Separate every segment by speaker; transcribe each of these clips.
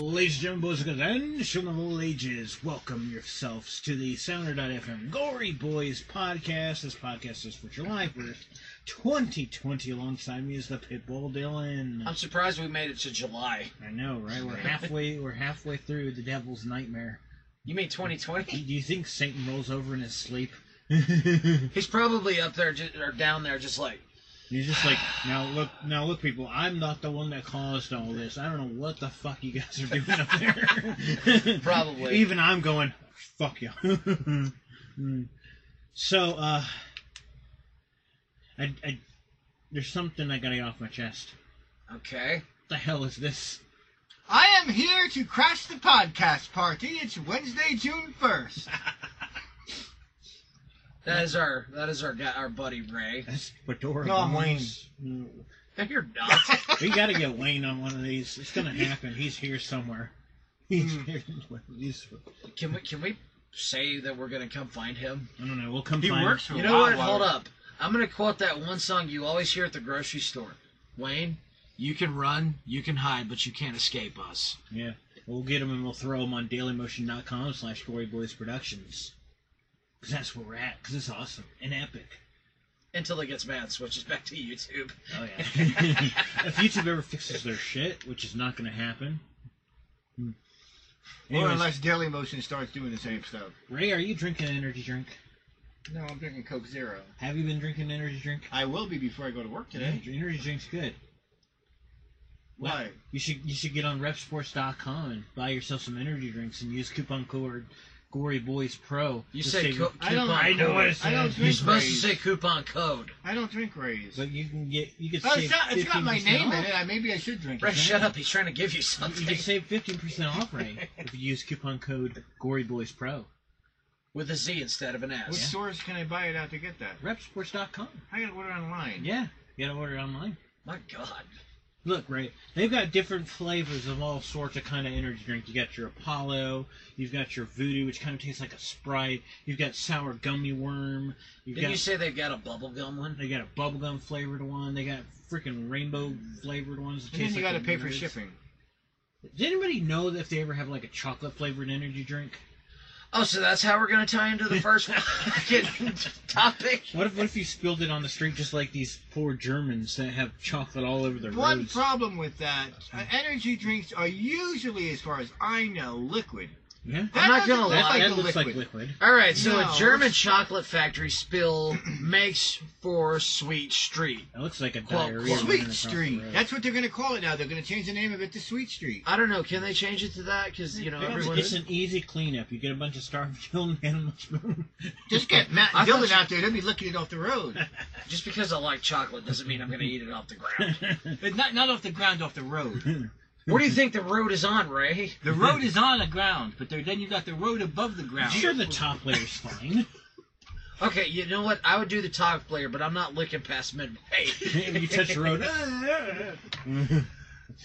Speaker 1: ladies and gentlemen, boys and girls, and children of all ages, welcome yourselves to the Sounder.fm Gory Boys podcast. This podcast is for July 1st, 2020. Alongside me is the Pitbull Dylan.
Speaker 2: I'm surprised we made it to July.
Speaker 1: I know, right? We're halfway. We're halfway through the Devil's Nightmare.
Speaker 2: You mean
Speaker 1: Do
Speaker 2: 2020?
Speaker 1: you think Satan rolls over in his sleep?
Speaker 2: He's probably up there ju- or down there, just like
Speaker 1: He's just like, now look, now look, people. I'm not the one that caused all this. I don't know what the fuck you guys are doing up there.
Speaker 2: Probably.
Speaker 1: Even I'm going, fuck you. Mm. so, uh, I, I, there's something I gotta get off my chest.
Speaker 2: okay.
Speaker 1: What the hell is this?
Speaker 3: I am here to crash the podcast party. It's Wednesday, June 1st.
Speaker 2: That is our that is our guy, our buddy Ray.
Speaker 1: That's Fedora.
Speaker 3: No, I'm
Speaker 1: Gomez. Mm.
Speaker 2: You're not.
Speaker 1: We gotta get Wayne on one of these. It's gonna happen. He's here somewhere. He's
Speaker 3: Mm.
Speaker 1: here. in one of these.
Speaker 2: Can we can we say that we're gonna come find him?
Speaker 1: I don't know. We'll come
Speaker 3: He
Speaker 1: find
Speaker 3: works
Speaker 1: him.
Speaker 3: for
Speaker 2: You know what?
Speaker 3: Wow, wow.
Speaker 2: Hold up. I'm gonna quote that one song you always hear at the grocery store. Wayne, you can run, you can hide, but you can't escape us.
Speaker 1: Yeah. We'll get him and we'll throw him on dailymotion.com slash Gory Boys Productions. Because that's where we're at. Because it's awesome and epic.
Speaker 2: Until it gets mad, switches back to YouTube.
Speaker 1: Oh, yeah. if YouTube ever fixes their shit, which is not going to happen. Hmm.
Speaker 3: Or
Speaker 1: Anyways,
Speaker 3: unless Daily Motion starts doing the same stuff.
Speaker 1: Ray, are you drinking an energy drink?
Speaker 3: No, I'm drinking Coke Zero.
Speaker 1: Have you been drinking an energy drink?
Speaker 3: I will be before I go to work today.
Speaker 1: Yeah, energy drink's good.
Speaker 3: Why?
Speaker 1: You should you should get on repsports.com and buy yourself some energy drinks and use coupon code Gory Boys Pro.
Speaker 2: You
Speaker 1: to
Speaker 2: say
Speaker 1: save-
Speaker 2: co- coupon
Speaker 3: I don't- I
Speaker 1: know
Speaker 2: code.
Speaker 1: what it's-
Speaker 3: I don't
Speaker 1: You're
Speaker 2: You're
Speaker 3: drink
Speaker 2: supposed to
Speaker 3: Rays.
Speaker 2: say coupon code.
Speaker 3: I don't drink Rays.
Speaker 1: but you can get you can
Speaker 3: Oh,
Speaker 1: save
Speaker 3: it's, not, it's got my
Speaker 1: 15%
Speaker 3: name in
Speaker 1: off.
Speaker 3: it. I- Maybe I should drink
Speaker 2: Ray,
Speaker 3: it.
Speaker 2: shut up. He's trying to give you
Speaker 1: You
Speaker 2: something.
Speaker 1: can save fifteen percent off, Ray, if you use coupon code GoryBoysPro.
Speaker 2: With a Z instead of an
Speaker 3: What
Speaker 2: S.
Speaker 3: stores can I buy it at to get that?
Speaker 1: Repsports.com.
Speaker 3: I gotta order online.
Speaker 1: Yeah, you gotta order it online.
Speaker 2: My God.
Speaker 1: Look, Ray, they've got different flavors of all sorts of kind of energy drink. You got your Apollo, you've got your Voodoo, which kind of tastes like a Sprite. You've got sour gummy worm. You've
Speaker 2: Did
Speaker 1: got
Speaker 2: you say they've got a bubblegum one?
Speaker 1: they got a bubblegum flavored one. They got freaking rainbow flavored ones. that
Speaker 3: And then
Speaker 1: taste
Speaker 3: you
Speaker 1: like
Speaker 3: gotta
Speaker 1: the
Speaker 3: pay for
Speaker 1: nerds.
Speaker 3: shipping.
Speaker 1: Does anybody know if they ever have like a chocolate flavored energy drink?
Speaker 2: Oh, so that's how we're going to tie into the first fucking topic?
Speaker 1: What if, what if you spilled it on the street just like these poor Germans that have chocolate all over their
Speaker 3: One
Speaker 1: roads?
Speaker 3: problem with that, uh, energy drinks are usually, as far as I know, liquid.
Speaker 1: yeah,
Speaker 2: I'm not gonna
Speaker 3: doesn't look
Speaker 2: lie,
Speaker 1: that,
Speaker 3: like
Speaker 1: that
Speaker 3: a
Speaker 1: looks like
Speaker 3: liquid.
Speaker 1: liquid.
Speaker 2: All right, so
Speaker 3: No.
Speaker 2: a German chocolate factory spill makes for Sweet Street.
Speaker 1: That looks like a
Speaker 2: Well,
Speaker 1: diarrhea.
Speaker 2: Sweet
Speaker 1: running
Speaker 3: Sweet
Speaker 1: across the
Speaker 3: Street.
Speaker 1: road.
Speaker 3: That's what they're going to call it now. They're going to change the name of it to Sweet Street.
Speaker 2: I don't know. Can they change it to that? Because, you know,
Speaker 3: Yeah,
Speaker 2: everyone.
Speaker 1: It's an easy cleanup. You get a bunch of starved animal spoon.
Speaker 3: Just get Matt
Speaker 2: I
Speaker 3: and
Speaker 2: thought
Speaker 3: Dylan
Speaker 2: you-
Speaker 3: out there. They'll be licking it off the road.
Speaker 2: Just because I like chocolate doesn't mean I'm going to eat it off the ground.
Speaker 3: But not not off the ground, off the road.
Speaker 2: Where do you think the road is on, Ray?
Speaker 3: The road is on the ground, but there, then you got the road above the ground.
Speaker 1: sure, the top layer's fine.
Speaker 2: Okay, you know what? I would do the top player, but I'm not licking past midway.
Speaker 1: you touch the road. so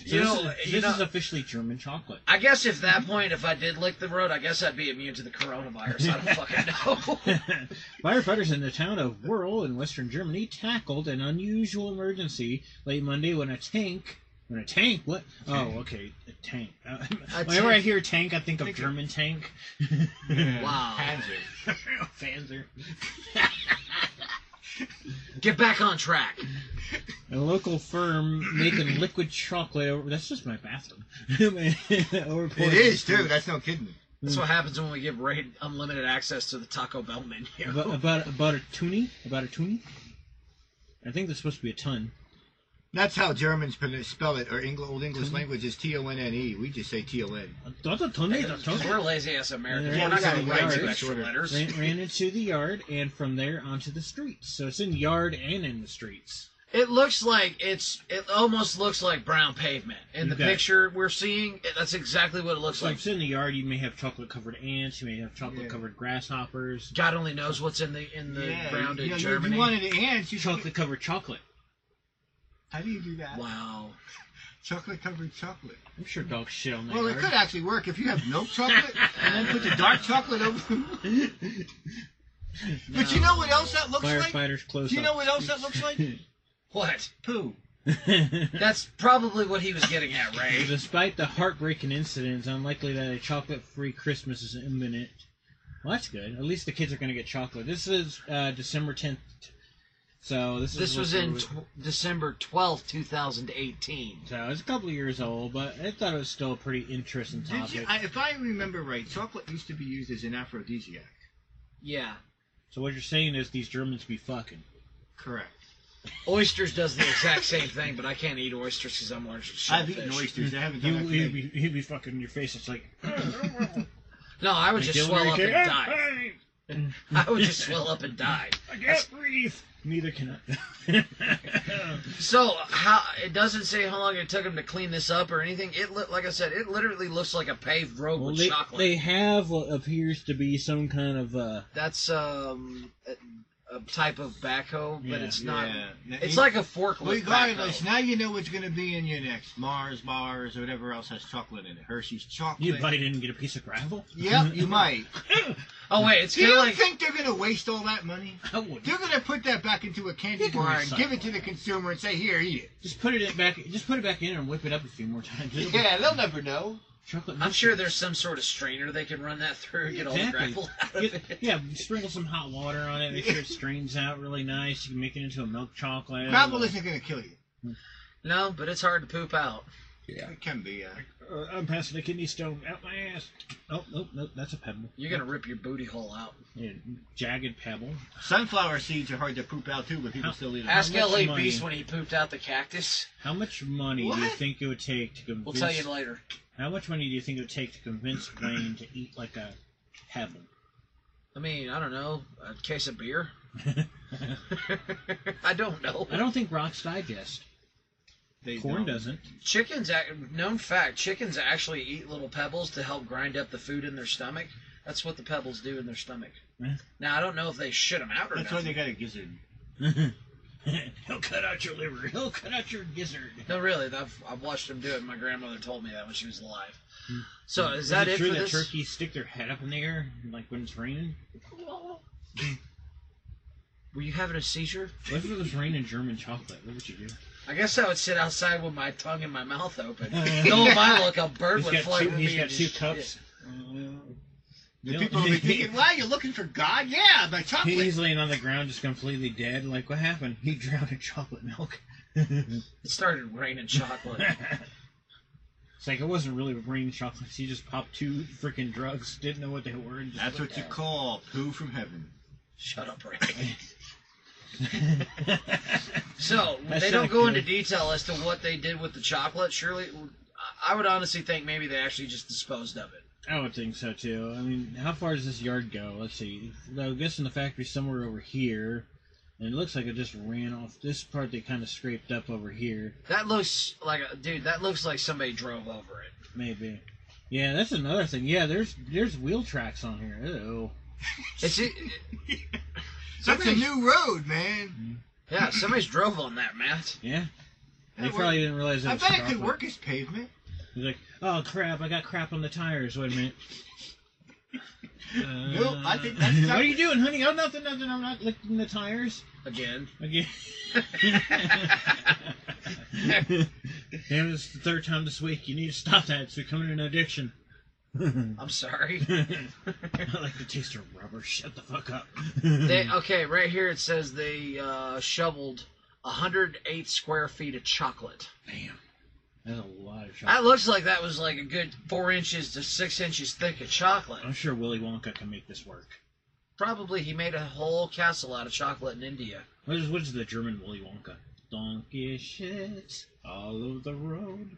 Speaker 2: You
Speaker 1: this,
Speaker 2: know,
Speaker 1: is,
Speaker 2: you
Speaker 1: this
Speaker 2: know-
Speaker 1: is officially German chocolate.
Speaker 2: I guess if that point, if I did lick the road, I guess I'd be immune to the coronavirus. I don't fucking know.
Speaker 1: Firefighters in the town of Wurl in western Germany tackled an unusual emergency late Monday when a tank. When a tank? What? Oh, okay, a tank. Uh, whenever I
Speaker 2: tank.
Speaker 1: hear tank, I think of
Speaker 3: Think of-
Speaker 1: German tank.
Speaker 2: Wow.
Speaker 3: Hazard.
Speaker 1: Fans are.
Speaker 2: Get back on track.
Speaker 1: A local firm making liquid chocolate over. That's just my bathroom. over
Speaker 3: It is too. That's no kidding.
Speaker 2: That's what happens when we give Ray unlimited access to the Taco Bell menu.
Speaker 1: About, about about a toonie? About a toonie? I think there's supposed to be a ton.
Speaker 3: That's how Germans pro- spell it, or Engl- old English language is T O N N E. We just say T O N.
Speaker 1: Not a ton, not a ton.
Speaker 2: Because we're lazy ass Americans.
Speaker 1: Yeah,
Speaker 2: we're not going
Speaker 1: we
Speaker 2: to write
Speaker 1: are.
Speaker 2: two extra
Speaker 3: Shorter.
Speaker 2: letters.
Speaker 1: Ran, ran into the yard and from there onto the streets. So it's in yard and in the streets.
Speaker 2: It looks like it's. It almost looks like brown pavement in the
Speaker 1: Okay.
Speaker 2: picture we're seeing. It, that's exactly what it looks
Speaker 1: So if
Speaker 2: like.
Speaker 1: it's in the yard, you may have chocolate covered ants, you may have chocolate covered grasshoppers,
Speaker 2: God only knows what's in the in the ground in
Speaker 3: you, know, you-
Speaker 2: Germany.
Speaker 3: you wanted to ants. You
Speaker 1: chocolate covered chocolate.
Speaker 3: How do you do that?
Speaker 2: Wow.
Speaker 3: Chocolate covered chocolate.
Speaker 1: I'm sure dogs shit on that.
Speaker 3: Well, it could actually work if you have milk chocolate and then put the dark chocolate over. But you know what else that looks like?
Speaker 1: Firefighters close
Speaker 3: Do you know
Speaker 1: up
Speaker 3: what else that looks like?
Speaker 2: What?
Speaker 3: Poo.
Speaker 2: That's probably what he was getting at, Ray.
Speaker 1: Despite the heartbreaking incident, it's unlikely that a chocolate-free Christmas is imminent. Well, that's good. At least the kids are going to get chocolate. This is uh, December 10th, so this is
Speaker 2: This
Speaker 1: what
Speaker 2: was
Speaker 1: the-
Speaker 2: in tw- December twelfth, two 2018.
Speaker 1: so it's a couple of years old, but I thought it was still a pretty interesting
Speaker 3: Did
Speaker 1: topic.
Speaker 3: you, I, if I remember right, chocolate used to be used as an aphrodisiac.
Speaker 2: Yeah.
Speaker 1: so what you're saying is these Germans be fucking.
Speaker 3: Correct.
Speaker 2: Oysters does the exact same thing, but I can't eat oysters because I'm allergic to
Speaker 3: I've
Speaker 2: shellfish.
Speaker 3: eaten oysters. I haven't
Speaker 1: You,
Speaker 3: done
Speaker 1: he'd,
Speaker 3: that today.
Speaker 1: be, he'd be fucking in your face. It's like
Speaker 2: No, I would just swell up and die.
Speaker 1: die.
Speaker 2: I would just swell up and die.
Speaker 1: I can't breathe. Neither can I.
Speaker 2: So how it doesn't say how long it took him to clean this up or anything. It look like I said, it literally looks like a paved road
Speaker 1: well,
Speaker 2: with
Speaker 1: they,
Speaker 2: chocolate.
Speaker 1: they have what appears to be some kind of uh,
Speaker 2: That's um a, a type of backhoe, but
Speaker 1: Yeah.
Speaker 2: it's not.
Speaker 3: Yeah. Now,
Speaker 2: It's
Speaker 3: you-
Speaker 2: like a forklift
Speaker 3: Regardless,
Speaker 2: backhoe.
Speaker 3: now you know what's going to be in your next Mars bars or whatever else has chocolate in it. Hershey's chocolate.
Speaker 1: You might didn't get a piece of gravel.
Speaker 3: Yep, you might.
Speaker 2: Oh wait, it's
Speaker 3: Do you
Speaker 2: kind of like
Speaker 3: think they're going to waste all that money?
Speaker 1: I would
Speaker 3: They're going to put that back into a candy
Speaker 1: You can
Speaker 3: bar and
Speaker 1: recycle
Speaker 3: give it to the consumer and say, "Here, eat it."
Speaker 1: just put it in back. Just put it back in and whip it up a few more times. It'll be
Speaker 3: they'll never know.
Speaker 1: chocolate.
Speaker 2: I'm sure there's some sort of strainer they can run that through and get all the
Speaker 1: Exactly.
Speaker 2: gravel out of
Speaker 1: Get-
Speaker 2: it.
Speaker 1: yeah, sprinkle some hot water on it. Make sure it strains out really nice. You can make it into a milk chocolate.
Speaker 3: Gravel isn't going to kill you.
Speaker 2: No, but it's hard to poop out.
Speaker 3: It can be. Uh,
Speaker 1: Uh, I'm passing a kidney stone out my ass. Oh, nope, nope, that's a pebble.
Speaker 2: You're gonna rip your booty hole out.
Speaker 1: Yeah, jagged pebble.
Speaker 3: sunflower seeds are hard to poop out too, but people still eat them.
Speaker 2: Ask
Speaker 1: much
Speaker 2: L.A.
Speaker 1: money?
Speaker 2: Beast when he pooped out the cactus.
Speaker 1: How much money do you
Speaker 3: What?
Speaker 1: think it would take to convince?
Speaker 2: We'll tell you later.
Speaker 1: How much money do you think it would take to convince Wayne to eat like a pebble?
Speaker 2: I mean, I don't know, a case of beer. I don't know.
Speaker 1: I don't think rocks digest.
Speaker 3: They
Speaker 1: Corn
Speaker 3: don't.
Speaker 1: doesn't.
Speaker 2: Chickens, ac- known fact, chickens actually eat little pebbles to help grind up the food in their stomach. That's what the pebbles do in their stomach.
Speaker 1: Yeah.
Speaker 2: Now I don't know if they shit them out or
Speaker 3: That's
Speaker 2: not.
Speaker 3: why they got a gizzard.
Speaker 1: He'll cut out your liver. He'll cut out your gizzard.
Speaker 2: No, really, I've, I've watched them do it. My grandmother told me that when she was alive.
Speaker 1: Hmm.
Speaker 2: So is
Speaker 1: Is
Speaker 2: that
Speaker 1: it
Speaker 2: it
Speaker 1: true
Speaker 2: for
Speaker 1: that
Speaker 2: this?
Speaker 1: turkeys stick their head up in the air like when it's raining?
Speaker 2: Were you having a seizure?
Speaker 1: What if it was raining German chocolate? What would you do?
Speaker 2: I guess I would sit outside with my tongue and my mouth open. no, my look, a bird
Speaker 1: He's
Speaker 2: would
Speaker 1: got
Speaker 2: fly
Speaker 1: two,
Speaker 2: over
Speaker 1: he's
Speaker 2: me
Speaker 1: got
Speaker 2: and
Speaker 1: two
Speaker 2: just-
Speaker 1: cups.
Speaker 3: The
Speaker 1: No.
Speaker 3: people will be thinking, "Wow, you're looking for God? Yeah, my chocolate."
Speaker 1: He's laying on the ground just completely dead. Like, what happened? He drowned in chocolate milk. it's
Speaker 2: It started raining chocolate.
Speaker 1: like, it wasn't really raining chocolates. He just popped two freaking drugs, didn't know what they were. And just
Speaker 3: That's what you call poo from heaven.
Speaker 2: Shut up, Ray.
Speaker 1: you.
Speaker 2: So
Speaker 1: That's
Speaker 2: they don't
Speaker 1: not
Speaker 2: go
Speaker 1: good.
Speaker 2: into detail as to what they did with the chocolate. Surely, I would honestly think maybe they actually just disposed of it.
Speaker 1: I would think so too. I mean, how far does this yard go? Let's see. I'm guessing the factory's somewhere over here, and it looks like it just ran off this part. They kind of scraped up over here,
Speaker 2: That looks like, a, dude, that looks like somebody drove over it.
Speaker 1: maybe. Yeah, that's another thing. Yeah, there's there's wheel tracks on here. Ew.
Speaker 2: It's it,
Speaker 3: That's a
Speaker 2: somebody's,
Speaker 3: new road, man.
Speaker 2: yeah, somebody's drove on that, Matt.
Speaker 1: Yeah. They
Speaker 3: That
Speaker 1: probably didn't realize that
Speaker 3: I
Speaker 1: was
Speaker 3: bet it could
Speaker 1: chocolate.
Speaker 3: work as pavement.
Speaker 1: He's like, oh crap, I got crap on the tires. Wait a minute. Uh,
Speaker 3: Nope, I think that's
Speaker 1: What are
Speaker 3: chocolate.
Speaker 1: you doing, honey? Oh, nothing, nothing. I'm not licking the tires.
Speaker 2: Again,
Speaker 1: Again. Damn, it's the third time this week. You need to stop that. It's becoming an addiction. I
Speaker 2: I'm sorry.
Speaker 1: like the taste of rubber. Shut the fuck up.
Speaker 2: They okay, right here it says they uh, shoveled 108 square feet of chocolate.
Speaker 1: Damn. That's a lot of chocolate.
Speaker 2: That looks like that was like a good four inches to six inches thick of chocolate.
Speaker 1: I'm sure Willy Wonka can make this work.
Speaker 2: Probably he made a whole castle out of chocolate in India.
Speaker 1: What is, what is the German Willy Wonka? Donkey shit all over the road.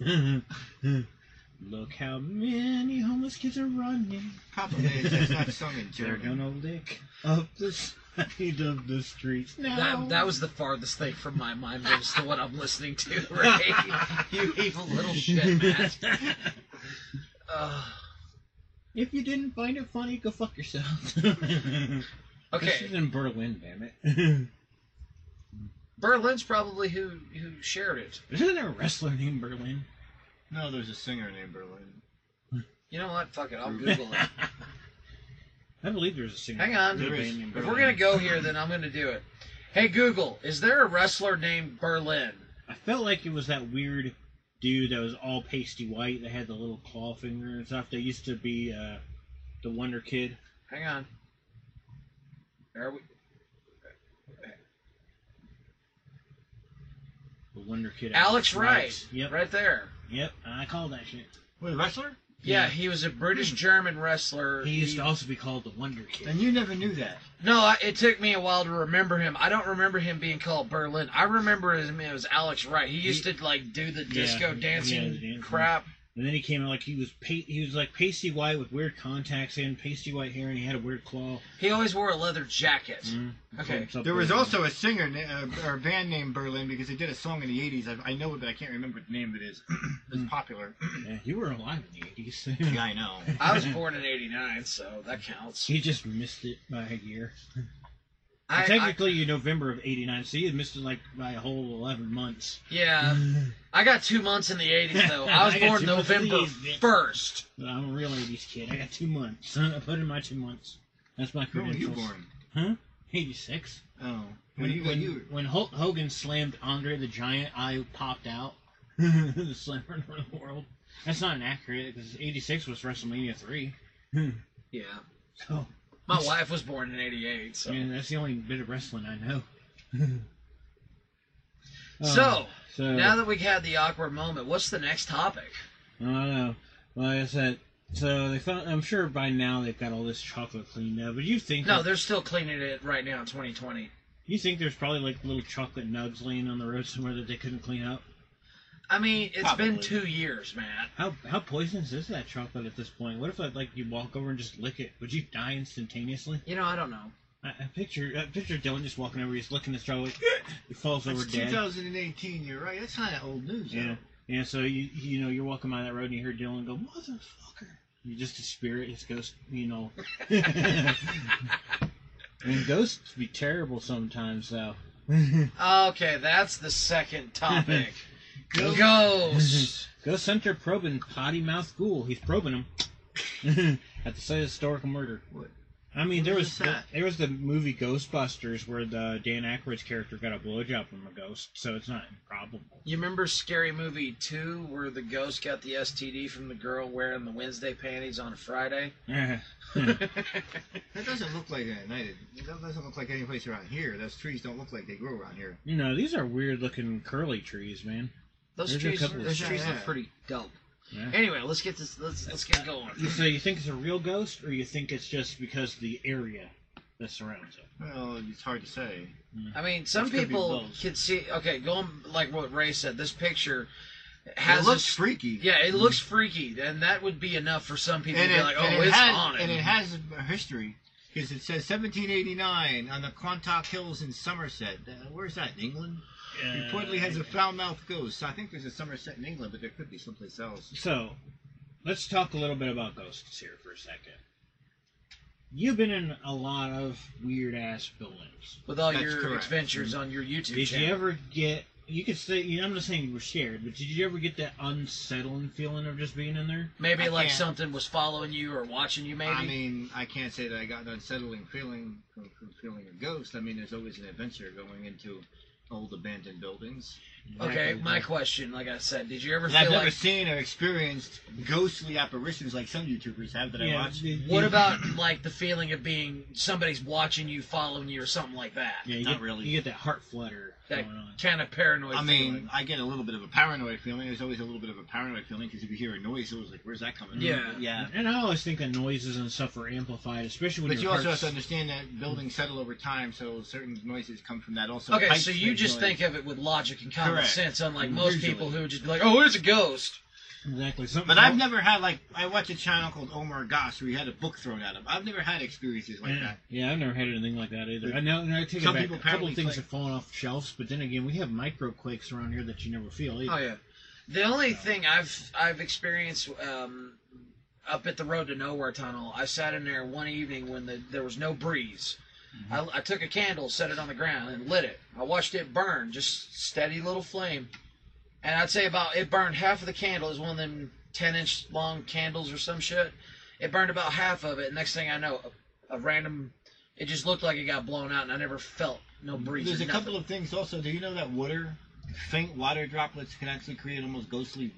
Speaker 1: Look how many homeless kids are running.
Speaker 3: Problem is, that's not sung in
Speaker 1: They're
Speaker 3: German.
Speaker 1: gonna lick
Speaker 2: Oh.
Speaker 1: up the side of the streets now.
Speaker 2: That, that was the farthest thing from my mind was to what I'm listening to, Ray. you evil little shit, Matt. Uh,
Speaker 1: if you didn't find it funny, go fuck yourself. this is
Speaker 2: okay,
Speaker 1: in Berlin, damn it.
Speaker 2: Berlin's probably who who shared it.
Speaker 1: Isn't there a wrestler named Berlin?
Speaker 3: No, there's a singer named Berlin.
Speaker 2: You know what? Fuck it, I'll Google it.
Speaker 1: I believe there's a singer.
Speaker 2: Hang on.
Speaker 1: There
Speaker 3: There
Speaker 1: is.
Speaker 3: is.
Speaker 2: If we're gonna go here, then I'm gonna do it. Hey Google, is there a wrestler named Berlin?
Speaker 1: I felt like it was that weird dude that was all pasty white that had the little claw finger and stuff. That used to be uh, the Wonder Kid.
Speaker 2: Hang on. Are we?
Speaker 1: The Wonder Kid.
Speaker 2: Alex Wright.
Speaker 1: Yep.
Speaker 2: Right there.
Speaker 1: Yep. I called that shit.
Speaker 4: Wait, wrestler?
Speaker 2: Yeah,
Speaker 1: Yeah. Hmm.
Speaker 2: he was a British German wrestler.
Speaker 1: He used
Speaker 2: He-
Speaker 1: to also be called the Wonder Kid.
Speaker 4: And you never knew that.
Speaker 2: No, I- it took me a while to remember him. I don't remember him being called Berlin. I remember him as Alex Wright. He used to like do the disco
Speaker 1: yeah,
Speaker 2: dancing
Speaker 1: the dancing.
Speaker 2: crap.
Speaker 1: And then he came out like he was pa- he was like pasty white with weird contacts and pasty white hair, and he had a weird claw.
Speaker 2: He always wore a leather jacket.
Speaker 1: Mhm.
Speaker 2: Okay.
Speaker 1: Something
Speaker 3: There was
Speaker 1: like
Speaker 3: also a singer na- uh, or a band named Berlin because they did a song in the 80s. I, I know it, but I can't remember what the name of it is. it's popular.
Speaker 1: that. Yeah, you were alive in the eighties.
Speaker 3: yeah, I know.
Speaker 2: I was born in '89, so that counts.
Speaker 1: he just missed it by a year.
Speaker 2: I, I,
Speaker 1: Technically, you're November of '89, so you had missed it like by a whole eleven months.
Speaker 2: yeah,
Speaker 1: Uh,
Speaker 2: I got two months in the '80s though. I was
Speaker 1: I got
Speaker 2: born
Speaker 1: two months in the
Speaker 2: November
Speaker 1: 80s.
Speaker 2: first.
Speaker 1: But I'm a real '80s kid. I got two months. I put in my two months. That's my
Speaker 3: When were
Speaker 1: credentials.
Speaker 3: you born?
Speaker 1: '86.
Speaker 3: Oh.
Speaker 1: When,
Speaker 3: When you,
Speaker 1: when,
Speaker 3: when you
Speaker 1: when Hulk Hogan slammed Andre the Giant, I popped out. the slammer in the world. That's not inaccurate because '86 was WrestleMania three.
Speaker 2: Yeah,
Speaker 1: So
Speaker 2: my wife was born in '88, so.
Speaker 3: Oh.
Speaker 1: I mean, that's the only bit of wrestling I know. Um,
Speaker 2: So,
Speaker 1: so
Speaker 2: Now that we've had the awkward moment, what's the next topic?
Speaker 1: I don't know. Like I said, so they found. I'm sure by now they've got all this chocolate cleaned up. But you think
Speaker 2: No,
Speaker 1: that-
Speaker 2: they're still cleaning it right now in 2020.
Speaker 1: you think there's probably like little chocolate nubs laying on the road somewhere that they couldn't clean up.
Speaker 2: I mean, it's been
Speaker 4: Probably.
Speaker 2: two years, man.
Speaker 1: How how poisonous is that chocolate at this point? What if like, like you walk over and just lick it? Would you die instantaneously?
Speaker 2: You know, I don't know.
Speaker 1: I, I picture I picture Dylan just walking over, he's licking this chocolate, he falls over
Speaker 3: it's
Speaker 1: dead.
Speaker 3: 2018, you're right. That's kind of old news.
Speaker 1: Yeah. Yeah, so you you know, you're walking by that road and you hear Dylan go, Motherfucker You just his spirit his ghost you know I mean ghosts be terrible sometimes though.
Speaker 2: Okay, that's the second topic. Ghosts.
Speaker 1: Ghost Hunter probing potty mouth ghoul. He's probing him at the site of historical murder.
Speaker 3: What?
Speaker 1: I mean, there
Speaker 3: What
Speaker 1: was
Speaker 3: is
Speaker 1: the,
Speaker 3: that?
Speaker 1: there was the movie Ghostbusters where the Dan Aykroyd's character got a blowjob from a ghost, so it's not improbable.
Speaker 2: You remember Scary Movie 2 where the ghost got the STD from the girl wearing the Wednesday panties on a Friday?
Speaker 1: Eh.
Speaker 3: That doesn't look like that. United. That doesn't look like any place around here. Those trees don't look like they grow around here.
Speaker 1: you know, these are weird looking curly trees, man.
Speaker 2: Those
Speaker 1: There's a
Speaker 2: trees,
Speaker 1: couple of-
Speaker 2: those trees
Speaker 3: Yeah.
Speaker 2: look pretty dope.
Speaker 1: Yeah.
Speaker 2: Anyway, let's get this let's let's get going.
Speaker 1: So you think it's a real ghost, or you think it's just because the area that surrounds it?
Speaker 3: Well, it's hard to say.
Speaker 2: I mean, some
Speaker 3: Which could be
Speaker 2: people
Speaker 3: both.
Speaker 2: can see okay, going like what Ray said, this picture
Speaker 3: It
Speaker 2: has a
Speaker 3: looks freaky. Mm-hmm.
Speaker 2: Yeah, it looks freaky, and that would be enough for some people
Speaker 3: and
Speaker 2: to be
Speaker 3: it,
Speaker 2: like,
Speaker 3: and
Speaker 2: "Oh,
Speaker 3: it
Speaker 2: it's
Speaker 3: had-
Speaker 2: haunted."
Speaker 3: And it has a history because it says 1789 on the Quantock Hills in Somerset. Uh, where's that? In England? Reportedly has a foul mouth ghost. So I think there's a Somerset in England, but there could be someplace else.
Speaker 1: So, let's talk a little bit about ghosts here for a second. You've been in a lot of weird ass buildings.
Speaker 2: with all
Speaker 3: That's
Speaker 2: your
Speaker 3: correct. Mm-hmm.
Speaker 2: adventures on your YouTube
Speaker 1: Did
Speaker 2: channel.
Speaker 1: you ever get? You could say you know, I'm not saying you were scared, but did you ever get that unsettling feeling of just being in there?
Speaker 2: maybe
Speaker 3: I
Speaker 2: like
Speaker 3: can't.
Speaker 2: something was following you or watching you, maybe.
Speaker 3: I mean, I can't say that I got an unsettling feeling from, from feeling a ghost. I mean, there's always an adventure going into old abandoned buildings.
Speaker 2: okay,
Speaker 1: Exactly.
Speaker 2: my question, like I said, did you ever
Speaker 3: And
Speaker 2: feel
Speaker 3: I've never
Speaker 2: like?
Speaker 3: seen or experienced ghostly apparitions like some YouTubers have that I
Speaker 1: Yeah,
Speaker 3: watch.
Speaker 1: did-
Speaker 2: What
Speaker 1: did-
Speaker 2: about like the feeling of being somebody's watching you, following you, or something like that?
Speaker 1: Yeah, you
Speaker 3: Not
Speaker 1: get,
Speaker 3: really.
Speaker 1: You get that heart flutter
Speaker 2: That-
Speaker 1: going on.
Speaker 2: Kind of paranoid.
Speaker 3: I mean,
Speaker 2: feeling.
Speaker 3: I get a little bit of a paranoid feeling. There's always a little bit of a paranoid feeling because if you hear a noise, it's always like, "Where's that coming?"
Speaker 2: Yeah.
Speaker 3: from? yeah.
Speaker 1: And I always think that noises and stuff are amplified, especially when
Speaker 3: But
Speaker 1: your
Speaker 3: you also have
Speaker 1: heart's-
Speaker 3: to understand that buildings settle over time, so certain noises come from that. Also,
Speaker 2: okay,
Speaker 3: pipes
Speaker 2: so you
Speaker 3: make
Speaker 2: just
Speaker 3: noise.
Speaker 2: think of it with logic and common
Speaker 3: Correct.
Speaker 2: sense, unlike most
Speaker 3: Usually.
Speaker 2: people who would just be like, "Oh, it's a ghost."
Speaker 1: exactly something.
Speaker 3: But I've never had like I watched a channel called Omar Goss where he had a book thrown at him. I've never had experiences like
Speaker 1: Yeah,
Speaker 3: that.
Speaker 1: yeah, I've never had anything like that either. I know, and I take
Speaker 3: Some
Speaker 1: it back.
Speaker 3: people
Speaker 1: A couple
Speaker 3: apparently
Speaker 1: of things
Speaker 3: click.
Speaker 1: have fallen off shelves, but then again, we have microquakes around here that you never feel either.
Speaker 2: Oh yeah. The only thing I've I've experienced um, up at the Road to Nowhere tunnel, I sat in there one evening when the, there was no breeze.
Speaker 3: Mm-hmm.
Speaker 2: I, I took a candle, set it on the ground, and lit it. I watched it burn, just steady little flame. And I'd say about it burned half of the candle. It was one of them ten inch long candles or some shit. It burned about half of it. Next thing I know, a, a random. It just looked like it got blown out, and I never felt no breeze.
Speaker 3: There's
Speaker 2: or
Speaker 3: a
Speaker 2: nothing.
Speaker 3: couple of things also. Do you know that water faint water droplets can actually create almost ghostly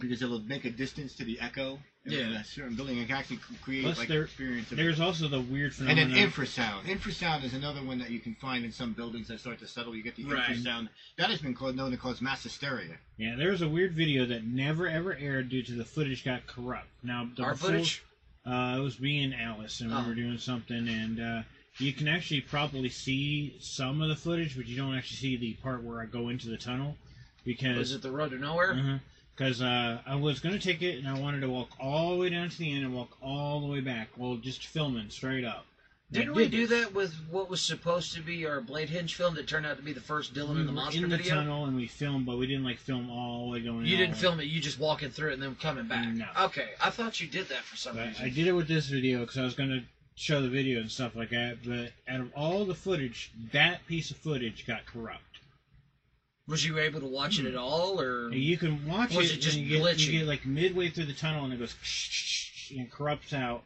Speaker 3: because it'll make a distance to the echo. And
Speaker 2: Yeah.
Speaker 3: then A certain building and can actually create
Speaker 1: Plus
Speaker 3: like
Speaker 1: there-
Speaker 3: experience of
Speaker 1: There's also the weird
Speaker 3: and
Speaker 1: phenomenon.
Speaker 3: then infrasound. Infrasound is another one that you can find in some buildings that start to settle. You get the
Speaker 2: Right.
Speaker 3: infrasound. That has been called, known to cause mass hysteria.
Speaker 1: yeah, there was a weird video that never ever aired due to the footage got corrupt. Now the
Speaker 2: Our
Speaker 1: full-
Speaker 2: footage.
Speaker 1: Uh, it was me and Alice, and
Speaker 2: Oh.
Speaker 1: we were doing something, and uh, you can actually probably see some of the footage, but you don't actually see the part where I go into the tunnel
Speaker 2: Was
Speaker 1: because
Speaker 2: it the road to nowhere?
Speaker 1: because Mm-hmm. uh, I was gonna take it and I wanted to walk all the way down to the end and walk all the way back. Well, just filming straight up. And I
Speaker 2: Didn't we
Speaker 1: did
Speaker 2: do
Speaker 1: it.
Speaker 2: that with what was supposed to be our Blade Hinge film that turned out to be the first Dylan
Speaker 1: We
Speaker 2: and the
Speaker 1: were
Speaker 2: Monster
Speaker 1: in the
Speaker 2: video?
Speaker 1: tunnel and we filmed, but we didn't like film all the way going.
Speaker 2: You
Speaker 1: all
Speaker 2: didn't
Speaker 1: the way.
Speaker 2: film it, you just walking through it and then coming back.
Speaker 1: No.
Speaker 2: Okay, I thought you did that for some
Speaker 1: But
Speaker 2: reason.
Speaker 1: I did it with this video because I was going to show the video and stuff like that. But out of all the footage, that piece of footage got corrupt.
Speaker 2: Was you able to watch it
Speaker 1: Hmm.
Speaker 2: at all, or
Speaker 1: And you can watch
Speaker 2: Was
Speaker 1: it,
Speaker 2: it just
Speaker 1: and you get,
Speaker 2: glitchy?
Speaker 1: you get like midway through the tunnel and it goes and it corrupts out,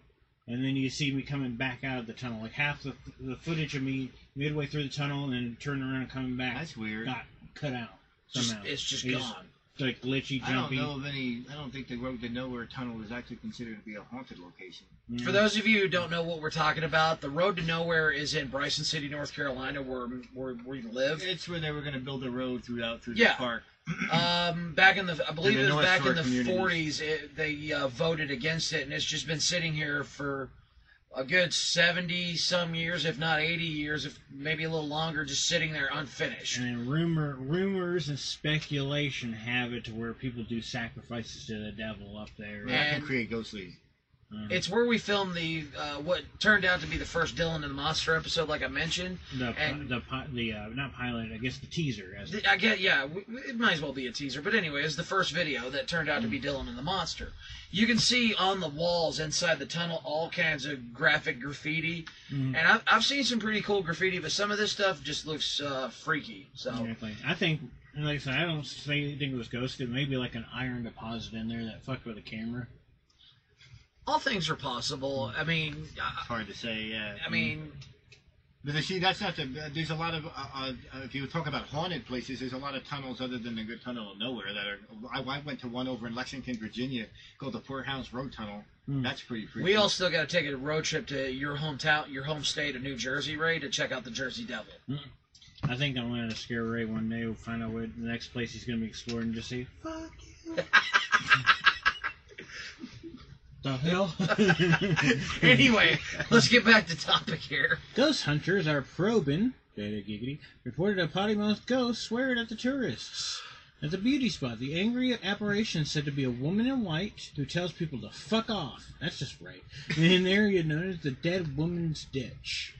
Speaker 1: and then you see me coming back out of the tunnel. Like half the the footage of me midway through the tunnel and then turning around and coming back
Speaker 3: That's weird.
Speaker 1: got cut out
Speaker 2: just-
Speaker 1: somehow.
Speaker 2: it's just
Speaker 1: It
Speaker 2: gone?
Speaker 1: like glitchy,
Speaker 3: I don't
Speaker 1: jumpy.
Speaker 3: know of any. I don't think the Road to Nowhere tunnel is actually considered to be a haunted location.
Speaker 1: Yeah.
Speaker 2: For those of you who don't know what we're talking about, the road to nowhere is in Bryson City, North Carolina, where where we live.
Speaker 3: It's where they were going to build a road throughout through
Speaker 2: Yeah.
Speaker 3: the park.
Speaker 2: Um, back in the, I believe
Speaker 3: the
Speaker 2: it was
Speaker 3: North
Speaker 2: back
Speaker 3: Shore
Speaker 2: in the 40s,
Speaker 3: communities.
Speaker 2: it, they uh, voted against it, and it's just been sitting here for a good 70 some years, if not 80 years, if maybe a little longer, just sitting there unfinished.
Speaker 3: Mm.
Speaker 1: And rumor, rumors and speculation have it to where people do sacrifices to the devil up there.
Speaker 3: That can
Speaker 2: And-
Speaker 3: create ghostly.
Speaker 1: Uh,
Speaker 2: It's where we filmed the uh, what turned out to be the first Dylan and the Monster episode, like I mentioned.
Speaker 1: the pi-
Speaker 2: and-
Speaker 1: the pi- the uh, not pilot, I guess the teaser. As
Speaker 2: I get, yeah, w- w- it might as well be a teaser. But anyway, it's the first video that turned out to
Speaker 3: Mm.
Speaker 2: be Dylan and the Monster. You can see on the walls inside the tunnel all kinds of graphic graffiti,
Speaker 1: Mhm.
Speaker 2: and I've, I've seen some pretty cool graffiti, but some of this stuff just looks uh, freaky. So
Speaker 1: Exactly. I think, and like I said, I don't say, think it was ghosted. Maybe like an iron deposit in there that fucked with the camera.
Speaker 2: all things are possible. I mean,
Speaker 3: It's
Speaker 2: I,
Speaker 3: hard to say. Yeah.
Speaker 2: I mean,
Speaker 3: But you see, that's not the. There's a lot of. Uh, uh, if you talk about haunted places, there's a lot of tunnels other than the good tunnel of nowhere that are. I, I went to one over in Lexington, Virginia, called the Poorhouse Road Tunnel.
Speaker 1: Hmm.
Speaker 3: That's pretty freaky.
Speaker 2: we all still got to take a road trip to your hometown, your home state of New Jersey, Ray, to check out the Jersey Devil.
Speaker 1: I think I'm going to scare Ray one day. We'll find out what the next place he's going to be exploring and just say, fuck you. the hell?
Speaker 2: anyway, let's get back to topic here.
Speaker 1: Ghost hunters are probing, data giggity, reported a potty mouthed ghost swearing at the tourists. At the beauty spot, the angry apparition is said to be a woman in white who tells people to fuck off. That's just right. In an area known as the Dead Woman's Ditch.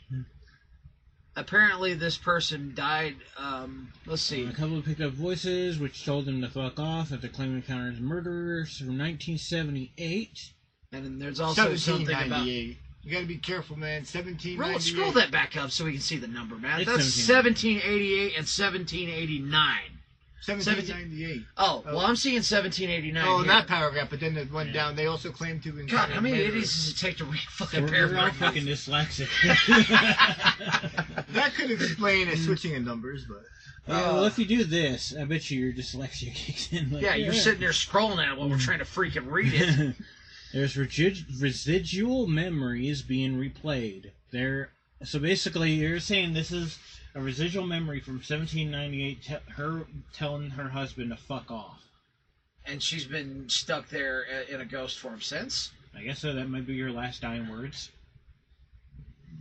Speaker 2: apparently this person died um let's see
Speaker 1: A couple picked up voices which told them to fuck off after claiming encounters murderers from 1978.
Speaker 2: and then there's also something about
Speaker 3: 1798. You got to be careful, man. 1798.
Speaker 2: roll, scroll that back up so we can see the number man
Speaker 1: It's
Speaker 2: that's 1788 and 1789
Speaker 3: 1798.
Speaker 2: oh well
Speaker 3: Oh.
Speaker 2: i'm seeing 1789
Speaker 3: Oh,
Speaker 2: here.
Speaker 3: that paragraph, but then the one
Speaker 1: Yeah.
Speaker 3: down. They also claim to.
Speaker 2: god how many
Speaker 3: murder.
Speaker 2: idiots does it take to read a fucking
Speaker 1: We're, we're all
Speaker 2: paragraph
Speaker 1: fucking dyslexic.
Speaker 3: That could explain a switching of numbers, but
Speaker 1: Yeah, well, if you do this, I bet you your dyslexia kicks in. Like,
Speaker 2: yeah you're sitting there scrolling at it while
Speaker 1: Mm.
Speaker 2: we're trying to freaking read it
Speaker 1: There's regi- residual memories being replayed. There, so basically, you're saying this is a residual memory from 1798. Te- her telling her husband to fuck off.
Speaker 2: and she's been stuck there uh, in a ghost form since
Speaker 1: I guess so. That might be your last dying words.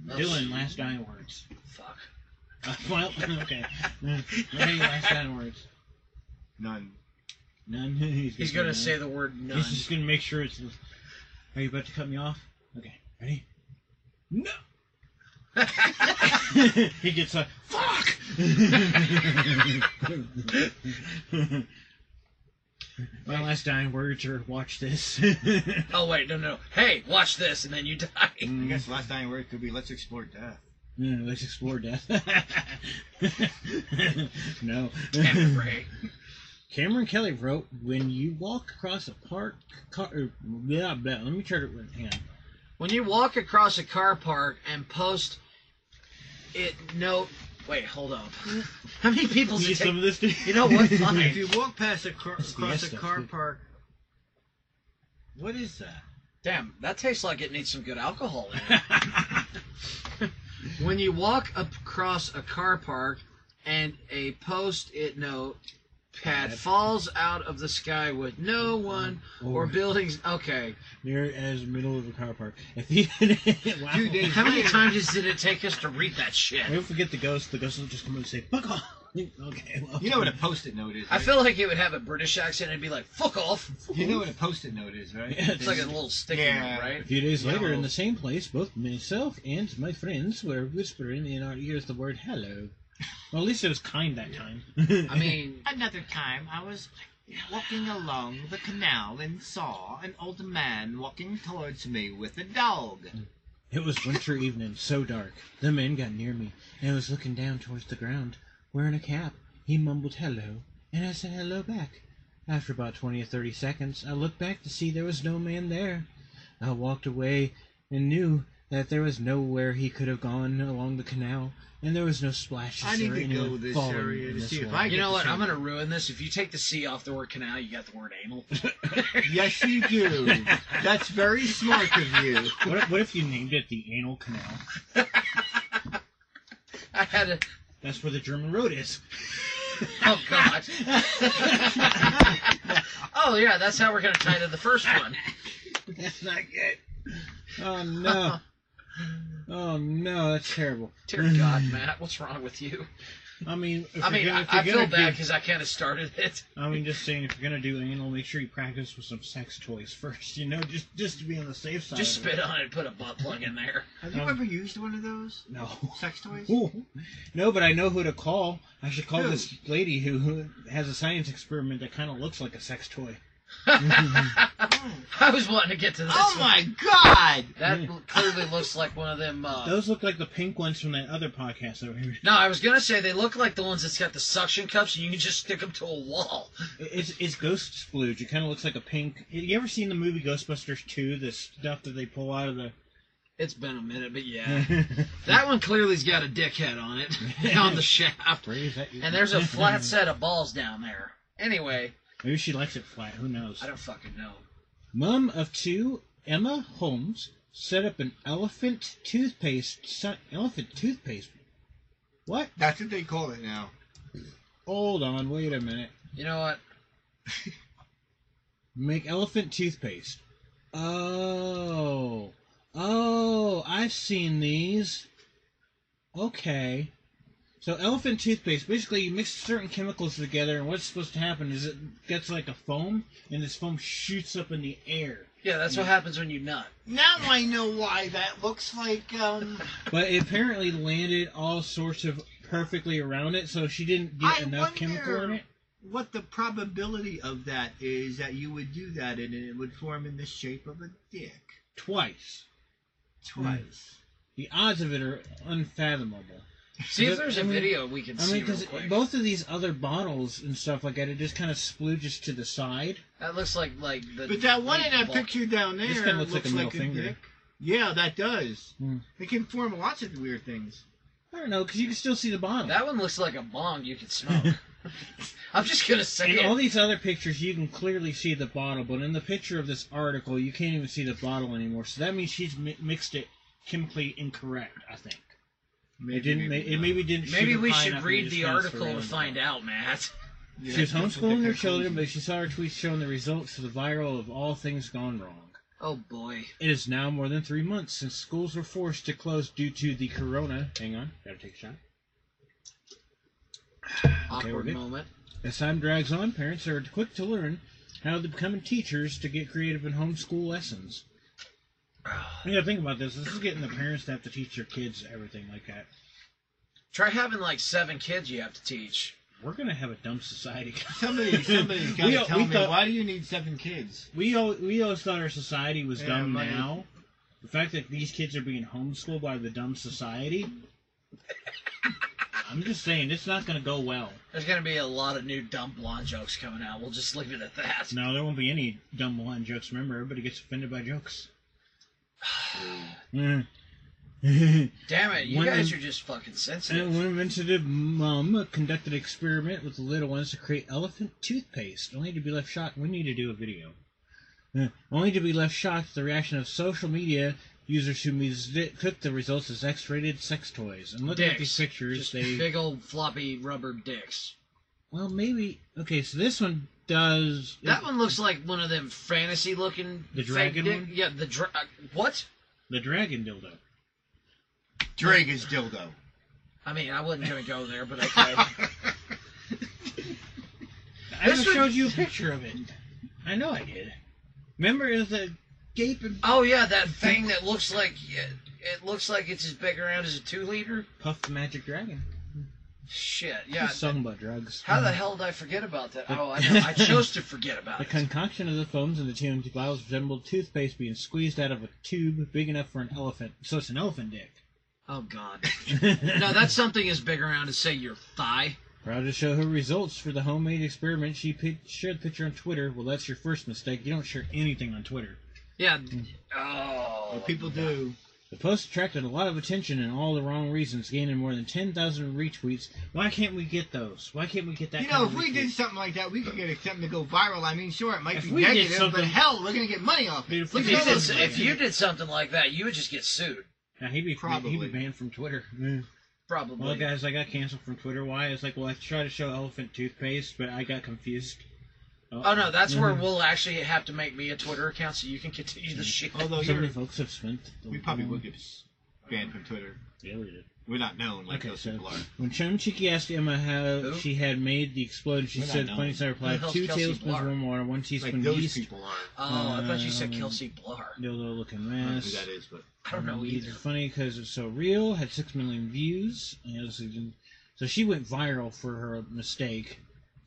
Speaker 1: Dylan, last dying words.
Speaker 2: fuck
Speaker 1: Uh, well, okay. Any last dying words?
Speaker 3: none.
Speaker 1: None. He's,
Speaker 2: he's gonna say the word none
Speaker 1: He's just gonna make sure it's. Are you about to cut me off? Okay. Ready? No. he gets a fuck. My last dying words are watch this.
Speaker 2: oh wait no no hey watch this and then you die
Speaker 1: Mm.
Speaker 3: I guess last dying word could be let's explore death.
Speaker 1: Yeah, let's explore death. no.
Speaker 2: Damn it, Ray.
Speaker 1: Cameron Kelly wrote, "When you walk across a park, car, er, blah, blah, let me try to hang on.
Speaker 2: When you walk across a car park and post it note Wait, hold up. How many people
Speaker 1: Mm. Need
Speaker 2: does it
Speaker 1: some
Speaker 2: take?
Speaker 1: of this? dude?
Speaker 2: You know what?
Speaker 3: If
Speaker 2: Fine.
Speaker 3: you walk past a car,
Speaker 1: It's the
Speaker 3: across
Speaker 1: S
Speaker 3: a
Speaker 1: stuff,
Speaker 3: car
Speaker 1: dude.
Speaker 3: park, what is that?
Speaker 2: Damn, that tastes like it needs some good alcohol in it. when you walk up across a car park and a post-it note pad
Speaker 1: Pad.
Speaker 2: falls out of the sky with no one or buildings. Okay.
Speaker 1: near as middle of a car park. If you wow.
Speaker 3: Dude, they-
Speaker 2: How many times did it take us to read that shit?
Speaker 1: Don't forget the ghost. The ghost will just come and say, "Fuck off." Okay, well,
Speaker 3: You know what a post-it note is.
Speaker 2: I
Speaker 3: right?
Speaker 2: feel like it would have a British accent and be like, fuck off.
Speaker 3: You know what a post-it note is, right?
Speaker 1: Yeah,
Speaker 2: It's like a little sticky
Speaker 3: Yeah.
Speaker 2: note,
Speaker 1: A
Speaker 2: right?
Speaker 1: few days
Speaker 3: No.
Speaker 1: later, in the same place, both myself and my friends were whispering in our ears the word "hello." Well, at least it was kind that time.
Speaker 2: I mean,
Speaker 3: Another time, I was walking along the canal and saw an old man walking towards me with a dog.
Speaker 1: it was winter evening, so dark. The man got near me and was looking down towards the ground, wearing a cap. He mumbled "hello," and I said "hello" back. After about twenty or thirty seconds, I looked back to see there was no man there. I walked away and knew that there was nowhere he could have gone along the canal, and there was no splashes
Speaker 3: I need
Speaker 1: or
Speaker 3: to
Speaker 1: any
Speaker 3: go this
Speaker 1: falling
Speaker 3: area
Speaker 1: in
Speaker 3: to
Speaker 1: this
Speaker 3: see if
Speaker 1: water.
Speaker 3: I
Speaker 2: you know
Speaker 3: get
Speaker 2: what?
Speaker 3: the
Speaker 2: I'm
Speaker 3: same-
Speaker 2: going to ruin this. If you take the C off the word canal, you got the word anal.
Speaker 3: Yes, you do. That's very smart of you.
Speaker 1: What if, what if you named it the anal canal?
Speaker 2: I had a.
Speaker 1: That's where the German road is.
Speaker 2: Oh, God. oh, yeah, that's how we're going to tie to the first one.
Speaker 1: That's not good. Oh no. Oh no, that's terrible.
Speaker 2: Dear God, Matt, what's wrong with you?
Speaker 1: I mean, if
Speaker 2: I mean,
Speaker 1: you're gonna,
Speaker 2: I,
Speaker 1: if you're
Speaker 2: I feel
Speaker 1: gonna
Speaker 2: bad
Speaker 1: Do,
Speaker 2: because I kind of started it.
Speaker 1: I mean, just saying, if you're gonna do anal, make sure you practice with some sex toys first. You know, just just to be on the safe side.
Speaker 2: Just
Speaker 1: of it.
Speaker 2: spit on it and put a butt plug in there.
Speaker 3: Have you
Speaker 1: Um,
Speaker 3: ever used one of those
Speaker 1: No.
Speaker 3: sex toys?
Speaker 1: Ooh. No, but I know who to call. I should call
Speaker 3: Who?
Speaker 1: this lady who, who has a science experiment that kind of looks like a sex toy.
Speaker 2: I was wanting to get to this.
Speaker 3: Oh
Speaker 2: one.
Speaker 3: my god!
Speaker 2: That
Speaker 1: Mm-hmm. Yeah.
Speaker 2: l- clearly looks like one of them. Uh...
Speaker 1: Those look like the pink ones from that other podcast that we were
Speaker 2: No, I was gonna say they look like the ones that's got the suction cups, and you can just stick them to a wall.
Speaker 1: It's it's ghost splooge. It kind of looks like a pink. You ever seen the movie Ghostbusters two? The stuff that they pull out of the.
Speaker 2: It's been a minute, but yeah, that one clearly's got a dickhead on it on the shaft, and there's a flat set of balls down there. Anyway,
Speaker 1: Maybe she likes it flat. Who knows?
Speaker 2: I don't fucking know.
Speaker 1: Mom of two, Emma Holmes, set up an elephant toothpaste. si- Elephant toothpaste. What?
Speaker 3: That's what they call it now.
Speaker 1: Hold on. Wait a minute.
Speaker 2: You know what?
Speaker 1: Make elephant toothpaste. Oh. Oh, I've seen these. Okay. So elephant toothpaste, basically you mix certain chemicals together and what's supposed to happen is it gets like a foam and this foam shoots up in the air.
Speaker 2: Yeah, that's what happens when you nut.
Speaker 3: Now I know why that looks like, um.
Speaker 1: But it apparently landed all sorts of perfectly around it, so she didn't get
Speaker 3: I
Speaker 1: enough chemical in
Speaker 3: wonder-
Speaker 1: it.
Speaker 3: What the probability of that is that you would do that and it would form in the shape of a dick.
Speaker 1: Twice.
Speaker 3: Twice.
Speaker 1: The odds of it are unfathomable.
Speaker 2: See if there's
Speaker 1: I
Speaker 2: a
Speaker 1: mean-
Speaker 2: video we can
Speaker 1: I mean,
Speaker 2: see real
Speaker 1: because
Speaker 2: quick.
Speaker 1: both of these other bottles and stuff like that, it just kind of splooges to the side.
Speaker 2: That looks like like the.
Speaker 3: But that one in that
Speaker 2: ball-
Speaker 3: picture down there
Speaker 1: Hmm. This
Speaker 3: looks,
Speaker 1: kinda looks
Speaker 3: like
Speaker 1: like
Speaker 3: a,
Speaker 1: a middle finger.
Speaker 3: dick. Yeah, that does.
Speaker 1: Hmm.
Speaker 3: It can form lots of weird things.
Speaker 1: I don't know, because you can still see the bottom.
Speaker 2: That oh. one looks like a bong you could smoke. I'm just gonna say
Speaker 1: in
Speaker 2: it.
Speaker 1: all these other pictures, you can clearly see the bottle, but in the picture of this article, you can't even see the bottle anymore. So that means she's mi- mixed it chemically incorrect. I think
Speaker 3: Maybe,
Speaker 1: it didn't. Maybe, it maybe didn't.
Speaker 2: Maybe
Speaker 1: shoot
Speaker 2: we
Speaker 1: high
Speaker 2: should
Speaker 1: enough
Speaker 2: read
Speaker 1: and
Speaker 2: the
Speaker 1: just
Speaker 2: article
Speaker 1: transfer
Speaker 2: and
Speaker 1: it
Speaker 2: find out, Matt.
Speaker 3: Yeah,
Speaker 1: She was
Speaker 3: that's what they
Speaker 1: homeschooling her
Speaker 3: conclude.
Speaker 1: children, but she saw her tweets showing the results of the viral of all things gone wrong.
Speaker 2: Oh boy.
Speaker 1: It is now more than three months since schools were forced to close due to the corona. Hang on, gotta take a shot. we're
Speaker 2: Awkward
Speaker 1: good.
Speaker 2: moment.
Speaker 1: As time drags on, parents are quick to learn how to become teachers to get creative in homeschool lessons. You gotta think about this. This is getting the parents to have to teach their kids everything like that.
Speaker 2: Try having like seven kids you have to teach.
Speaker 1: We're gonna have a dumb society.
Speaker 3: Somebody, somebody's got
Speaker 1: We-
Speaker 3: to tell
Speaker 1: we
Speaker 3: me
Speaker 1: thought-
Speaker 3: why do you need seven kids?
Speaker 1: we al- we always thought our society was
Speaker 3: Yeah,
Speaker 1: dumb.
Speaker 3: money.
Speaker 1: Now, the fact that these kids are being homeschooled by the dumb society, I'm just saying it's not gonna go well.
Speaker 2: There's gonna be a lot of new dumb blonde jokes coming out. We'll just leave it at that.
Speaker 1: No, there won't be any dumb line jokes. Remember, everybody gets offended by jokes. Mm.
Speaker 2: Damn it, you
Speaker 1: When-
Speaker 2: guys are just fucking sensitive.
Speaker 1: And one inventive mum conducted an experiment with the little ones to create elephant toothpaste, only to be left shocked. We need to do a video. Uh, Only to be left shocked at the reaction of social media users who mistook the results as X-rated sex toys. And looking at these
Speaker 2: Dicks.
Speaker 1: pictures,
Speaker 2: just
Speaker 1: they
Speaker 2: big old floppy rubber dicks.
Speaker 1: well maybe okay. So this one does
Speaker 2: That one looks like one of them fantasy looking.
Speaker 1: The dragon
Speaker 2: dick.
Speaker 1: one?
Speaker 2: Yeah, the dra- uh, what?
Speaker 1: the dragon dildo.
Speaker 3: Drag is dildo.
Speaker 2: I mean, I wasn't gonna go there, but okay.
Speaker 1: I
Speaker 2: This
Speaker 1: just
Speaker 2: one-
Speaker 1: showed you a picture of it. I know I did. Remember, it was the gaping
Speaker 2: oh yeah, that thing that looks like it, it looks like it's as big around as a two liter.
Speaker 1: puff the magic dragon.
Speaker 2: Shit,
Speaker 1: Yeah,
Speaker 2: yeah.
Speaker 1: song about drugs.
Speaker 2: How the hell did I forget about that? Oh, I, know. I chose to forget about
Speaker 1: The
Speaker 2: it.
Speaker 1: concoction of the foams in the TMT vials resembled toothpaste being squeezed out of a tube big enough for an elephant. So it's an elephant dick.
Speaker 2: Oh god. No, that's something as big around as say your thigh.
Speaker 1: Proud to show her results for the homemade experiment. She pic- shared the picture on Twitter. Well, that's your first mistake. You don't share anything on Twitter.
Speaker 2: Yeah. Oh.
Speaker 3: But people do.
Speaker 1: The post attracted a lot of attention and all the wrong reasons, gaining more than 10,000 retweets. Why can't we get those? Why can't we get that
Speaker 3: You
Speaker 1: kind
Speaker 3: know,
Speaker 1: of
Speaker 3: if we
Speaker 1: retweets?
Speaker 3: did something like that, we could get something to go viral. I mean, sure, it might
Speaker 1: If
Speaker 3: be
Speaker 1: we did
Speaker 3: negative, but
Speaker 1: something-
Speaker 3: hell, we're gonna get money off
Speaker 1: Dude,
Speaker 3: it.
Speaker 1: if
Speaker 3: Look
Speaker 2: If
Speaker 1: we
Speaker 2: you,
Speaker 3: at
Speaker 2: did,
Speaker 3: this.
Speaker 1: some-
Speaker 2: if you did something like that, you would just get sued.
Speaker 1: Now, he'd, be, he'd
Speaker 3: Probably.
Speaker 1: be banned from Twitter. Yeah.
Speaker 2: Probably.
Speaker 1: Well, guys, I got canceled from Twitter. Why? It's like, well, I tried to show elephant toothpaste, but I got confused.
Speaker 2: Oh no, that's where
Speaker 1: Mhm.
Speaker 2: we'll actually have to make me a Twitter account so you can continue the shit.
Speaker 3: Although
Speaker 1: So many
Speaker 3: you're,
Speaker 1: folks have spent. the-
Speaker 3: we probably would get banned from Twitter.
Speaker 1: Yeah, we did.
Speaker 3: We're not known like
Speaker 1: Okay,
Speaker 3: those
Speaker 1: so-
Speaker 3: people are.
Speaker 1: When Chum Cheeky asked Emma how
Speaker 2: Who?
Speaker 1: she had made the explosion, she
Speaker 3: We're not
Speaker 1: said,
Speaker 3: known.
Speaker 1: "Funny side replied:
Speaker 2: hell's
Speaker 1: two
Speaker 2: Kelsey
Speaker 1: tablespoons
Speaker 2: Blar?
Speaker 1: warm water, one teaspoon
Speaker 3: Like those
Speaker 1: yeast,
Speaker 3: people are.
Speaker 2: Oh, I thought you said
Speaker 1: Um,
Speaker 2: Kelsey Blar.
Speaker 1: dildo looking
Speaker 3: I don't know who
Speaker 1: mess."
Speaker 3: that is, but
Speaker 2: I don't know
Speaker 1: Um,
Speaker 2: either.
Speaker 1: It's funny because it's so real. Had six million views. You know, so, so she went viral for her mistake.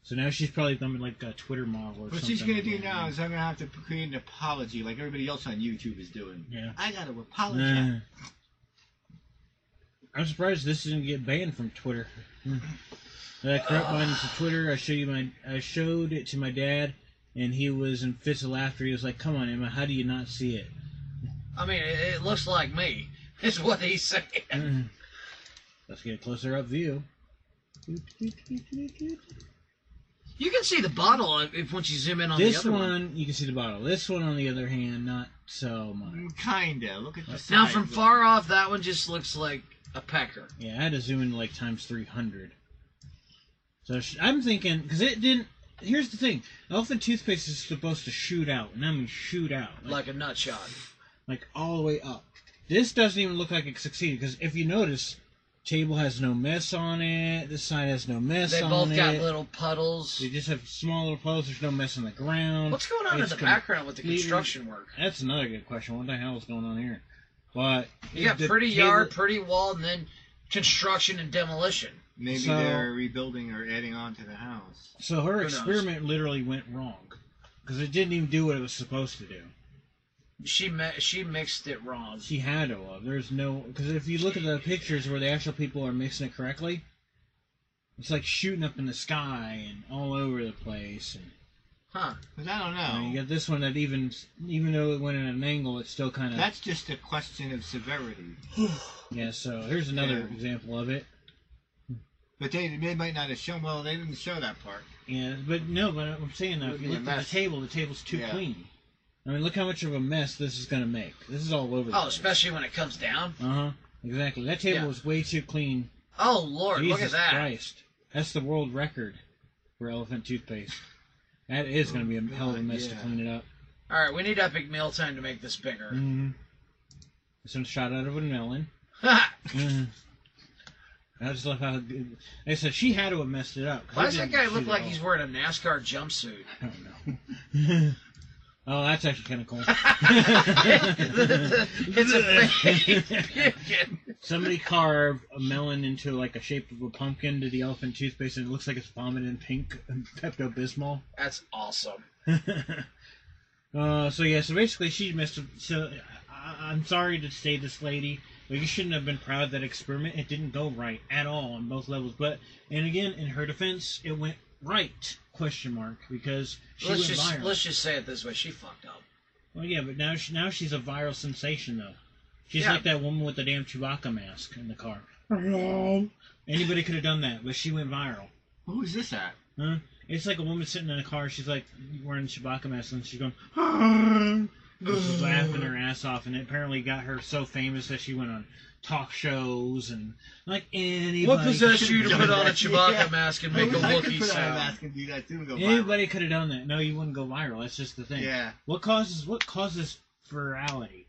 Speaker 1: So now she's probably becoming like a Twitter model or
Speaker 3: what
Speaker 1: something.
Speaker 3: she's gonna
Speaker 1: like
Speaker 3: do
Speaker 1: that.
Speaker 3: now is I'm gonna have to create an apology, like everybody else on YouTube is doing.
Speaker 1: Yeah.
Speaker 3: I gotta apologize.
Speaker 1: Uh, I'm surprised this didn't get banned from Twitter. Hmm. That corrupt line to Twitter. I show you my. I showed it to my dad, and he was in fits of laughter. He was like, "Come on, Emma, how do you not see it?"
Speaker 2: I mean, it, it looks like me. Is what he's saying.
Speaker 1: Mm. Let's get a closer up view.
Speaker 2: You can see the bottle if once you zoom in on
Speaker 1: This
Speaker 2: the other
Speaker 1: one,
Speaker 2: one.
Speaker 1: you can see the bottle. This one, on the other hand, not so much.
Speaker 3: Mm, Kinda. Look at the
Speaker 2: Now
Speaker 3: side.
Speaker 2: from far off, that one just looks like a pecker.
Speaker 1: Yeah, I had to zoom in like times 300. So sh- I'm thinking, because it didn't. Here's the thing elephant toothpaste is supposed to shoot out, and I mean shoot out. Like,
Speaker 2: Like a nut shot.
Speaker 1: like all the way up. This doesn't even look like it succeeded, because if you notice, table has no mess on it, this side has no mess
Speaker 2: They
Speaker 1: on
Speaker 2: both
Speaker 1: it.
Speaker 2: got little puddles.
Speaker 1: They just have small little puddles, there's no mess on the ground.
Speaker 2: What's going on in
Speaker 1: It's
Speaker 2: the
Speaker 1: com-
Speaker 2: background with the
Speaker 1: completely-
Speaker 2: construction work?
Speaker 1: That's another good question. What the hell is going on here? But
Speaker 2: You got
Speaker 1: the
Speaker 2: pretty
Speaker 1: table-
Speaker 2: yard, pretty wall, and then construction and demolition.
Speaker 3: Maybe
Speaker 1: So-
Speaker 3: they're rebuilding or adding on to the house.
Speaker 1: So her
Speaker 2: knows?
Speaker 1: experiment literally went wrong because it didn't even do what it was supposed to do.
Speaker 2: She mi- she mixed it wrong.
Speaker 1: She had to have. There's no because if you look at the pictures where the actual people are mixing it correctly, it's like shooting up in the sky and all over the place. And
Speaker 2: Huh.
Speaker 3: Because I don't
Speaker 1: you, know, you
Speaker 3: know.
Speaker 1: got this one that even even though it went at an angle, it's still kind of
Speaker 3: That's just a question of severity.
Speaker 1: yeah. So here's another
Speaker 3: Yeah.
Speaker 1: example of it.
Speaker 3: But they, they might not have shown. Well, they didn't show that part.
Speaker 1: Yeah, but no, but I'm saying though, if
Speaker 3: Look
Speaker 1: you
Speaker 3: at the
Speaker 1: look at the
Speaker 3: mess.
Speaker 1: table, the table's too
Speaker 3: Yeah.
Speaker 1: clean. I mean, look how much of a mess this is gonna make. This is all over. the
Speaker 2: Oh,
Speaker 1: place.
Speaker 2: especially when it comes down.
Speaker 1: Uh huh. Exactly. That table
Speaker 2: Yeah.
Speaker 1: was way too clean.
Speaker 2: Oh Lord,
Speaker 1: Jesus
Speaker 2: look at that.
Speaker 1: Christ. That's the world record for elephant toothpaste. That is going to be a hell of a
Speaker 3: God,
Speaker 1: mess to
Speaker 3: yeah.
Speaker 1: clean it up.
Speaker 2: All right, we need epic meal time to make this bigger.
Speaker 1: Mm-hmm. Some shot out of a melon.
Speaker 2: Mm.
Speaker 1: Mhm. I just love how. Like I said, she had to have messed it up. 'cause
Speaker 2: Why
Speaker 1: it
Speaker 2: does that
Speaker 1: didn't
Speaker 2: guy
Speaker 1: shoot
Speaker 2: look
Speaker 1: at
Speaker 2: like
Speaker 1: all.
Speaker 2: he's wearing a NASCAR jumpsuit?
Speaker 1: I don't know. oh, that's actually kind of cool.
Speaker 2: it's a pumpkin.
Speaker 1: Somebody carved a melon into like a shape of a pumpkin to the elephant toothpaste, and it looks like it's vomiting pink uh, Pepto Bismol.
Speaker 2: That's awesome.
Speaker 1: uh, so yeah, so basically she missed. So I, I'm sorry to say this, lady, but you shouldn't have been proud of that experiment. It didn't go right at all on both levels. But and again, in her defense, it went right question mark because she
Speaker 2: let's
Speaker 1: went
Speaker 2: just
Speaker 1: viral.
Speaker 2: let's just say it this way: she fucked up.
Speaker 1: Well, yeah, but now she, now she's a viral sensation though. She's
Speaker 2: Yeah.
Speaker 1: like that woman with the damn Chewbacca mask in the car. Anybody could have done that, but she went viral.
Speaker 3: Who is this at?
Speaker 1: Huh? It's like a woman sitting in a car. She's like wearing a Chewbacca mask, and she's going. "Ah," and She's laughing her ass off, and it apparently got her so famous that she went on talk shows and like anybody.
Speaker 2: What possessed you to
Speaker 1: could've
Speaker 2: put
Speaker 1: done
Speaker 2: on a
Speaker 1: that.
Speaker 2: Chewbacca
Speaker 3: Yeah.
Speaker 2: mask and
Speaker 3: I
Speaker 2: make a
Speaker 3: wish I could
Speaker 2: Wookiee
Speaker 3: put on a
Speaker 2: sound?
Speaker 3: mask and do that too and go viral.
Speaker 1: Anybody could have done that. No, you wouldn't go viral. That's just the thing.
Speaker 3: Yeah,
Speaker 1: What causes what causes virality?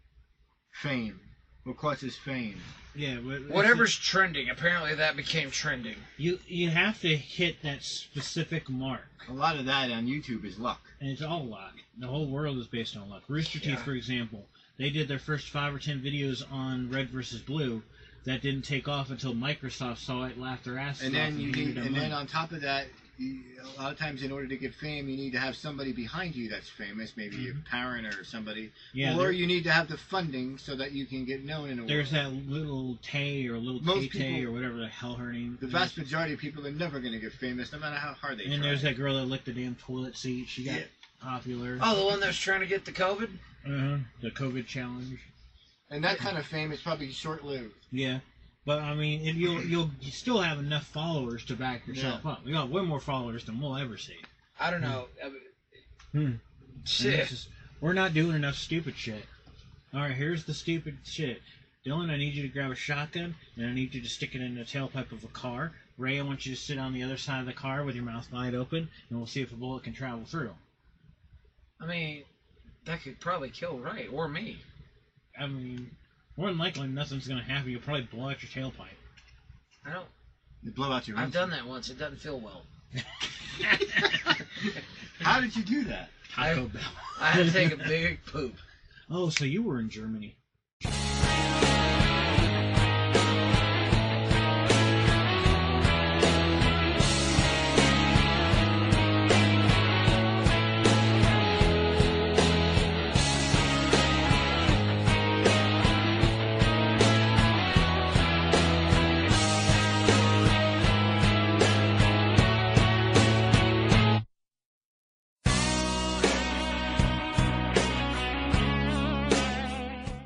Speaker 3: fame. What causes fame?
Speaker 1: Yeah. wha- it's
Speaker 2: Whatever's trending. Apparently, that became trending.
Speaker 1: the- you you have to hit that specific mark.
Speaker 3: A lot of that on YouTube is luck.
Speaker 1: and it's all luck. The whole world is based on luck. Rooster Teeth,
Speaker 2: Yeah.
Speaker 1: for example, they did their first five or ten videos on Red versus Blue. That didn't take off until Microsoft saw it, laughed their asses
Speaker 3: And
Speaker 1: off,
Speaker 3: then you
Speaker 1: handed
Speaker 3: need,
Speaker 1: them
Speaker 3: and then
Speaker 1: money.
Speaker 3: on top of that, you, a lot of times in order to get fame, you need to have somebody behind you that's famous, maybe your parent or somebody,
Speaker 1: Mm-hmm. yeah,
Speaker 3: or
Speaker 1: there-
Speaker 3: you need to have the funding so that you can get known in a
Speaker 1: there's
Speaker 3: world.
Speaker 1: that little Tay or little Tay
Speaker 3: Most
Speaker 1: Tay
Speaker 3: people-
Speaker 1: or whatever the hell her name.
Speaker 3: The
Speaker 1: is.
Speaker 3: vast majority of people are never going to get famous, no matter how hard they
Speaker 1: and
Speaker 3: try.
Speaker 1: there's that girl that licked the damn toilet seat. She got
Speaker 3: Yeah.
Speaker 1: popular.
Speaker 2: Oh, the one that was trying to get the COVID.
Speaker 1: Uh-huh. The COVID challenge.
Speaker 3: and that kind of fame is probably short-lived.
Speaker 1: Yeah. But I mean, if you'll you'll you still have enough followers to back yourself up. You got way more followers than we'll ever see.
Speaker 2: I don't know. I mean,
Speaker 1: Hmm. And
Speaker 2: Shit.
Speaker 1: it's just- we're not doing enough stupid shit. All right, here's the stupid shit. Dylan, I need you to grab a shotgun, and I need you to stick it in the tailpipe of a car. Ray, I want you to sit on the other side of the car with your mouth wide open, and we'll see if a bullet can travel through.
Speaker 2: I mean, that could probably kill Ray or me.
Speaker 1: I mean, more than likely, nothing's gonna happen. You'll probably blow out your tailpipe.
Speaker 2: I don't.
Speaker 3: You blow out your.
Speaker 2: I've done
Speaker 3: windshield.
Speaker 2: that once. It doesn't feel well.
Speaker 3: How did you do that?
Speaker 1: Taco
Speaker 2: I-
Speaker 1: Bell.
Speaker 2: I had to take a big poop.
Speaker 1: Oh, so you were in Germany?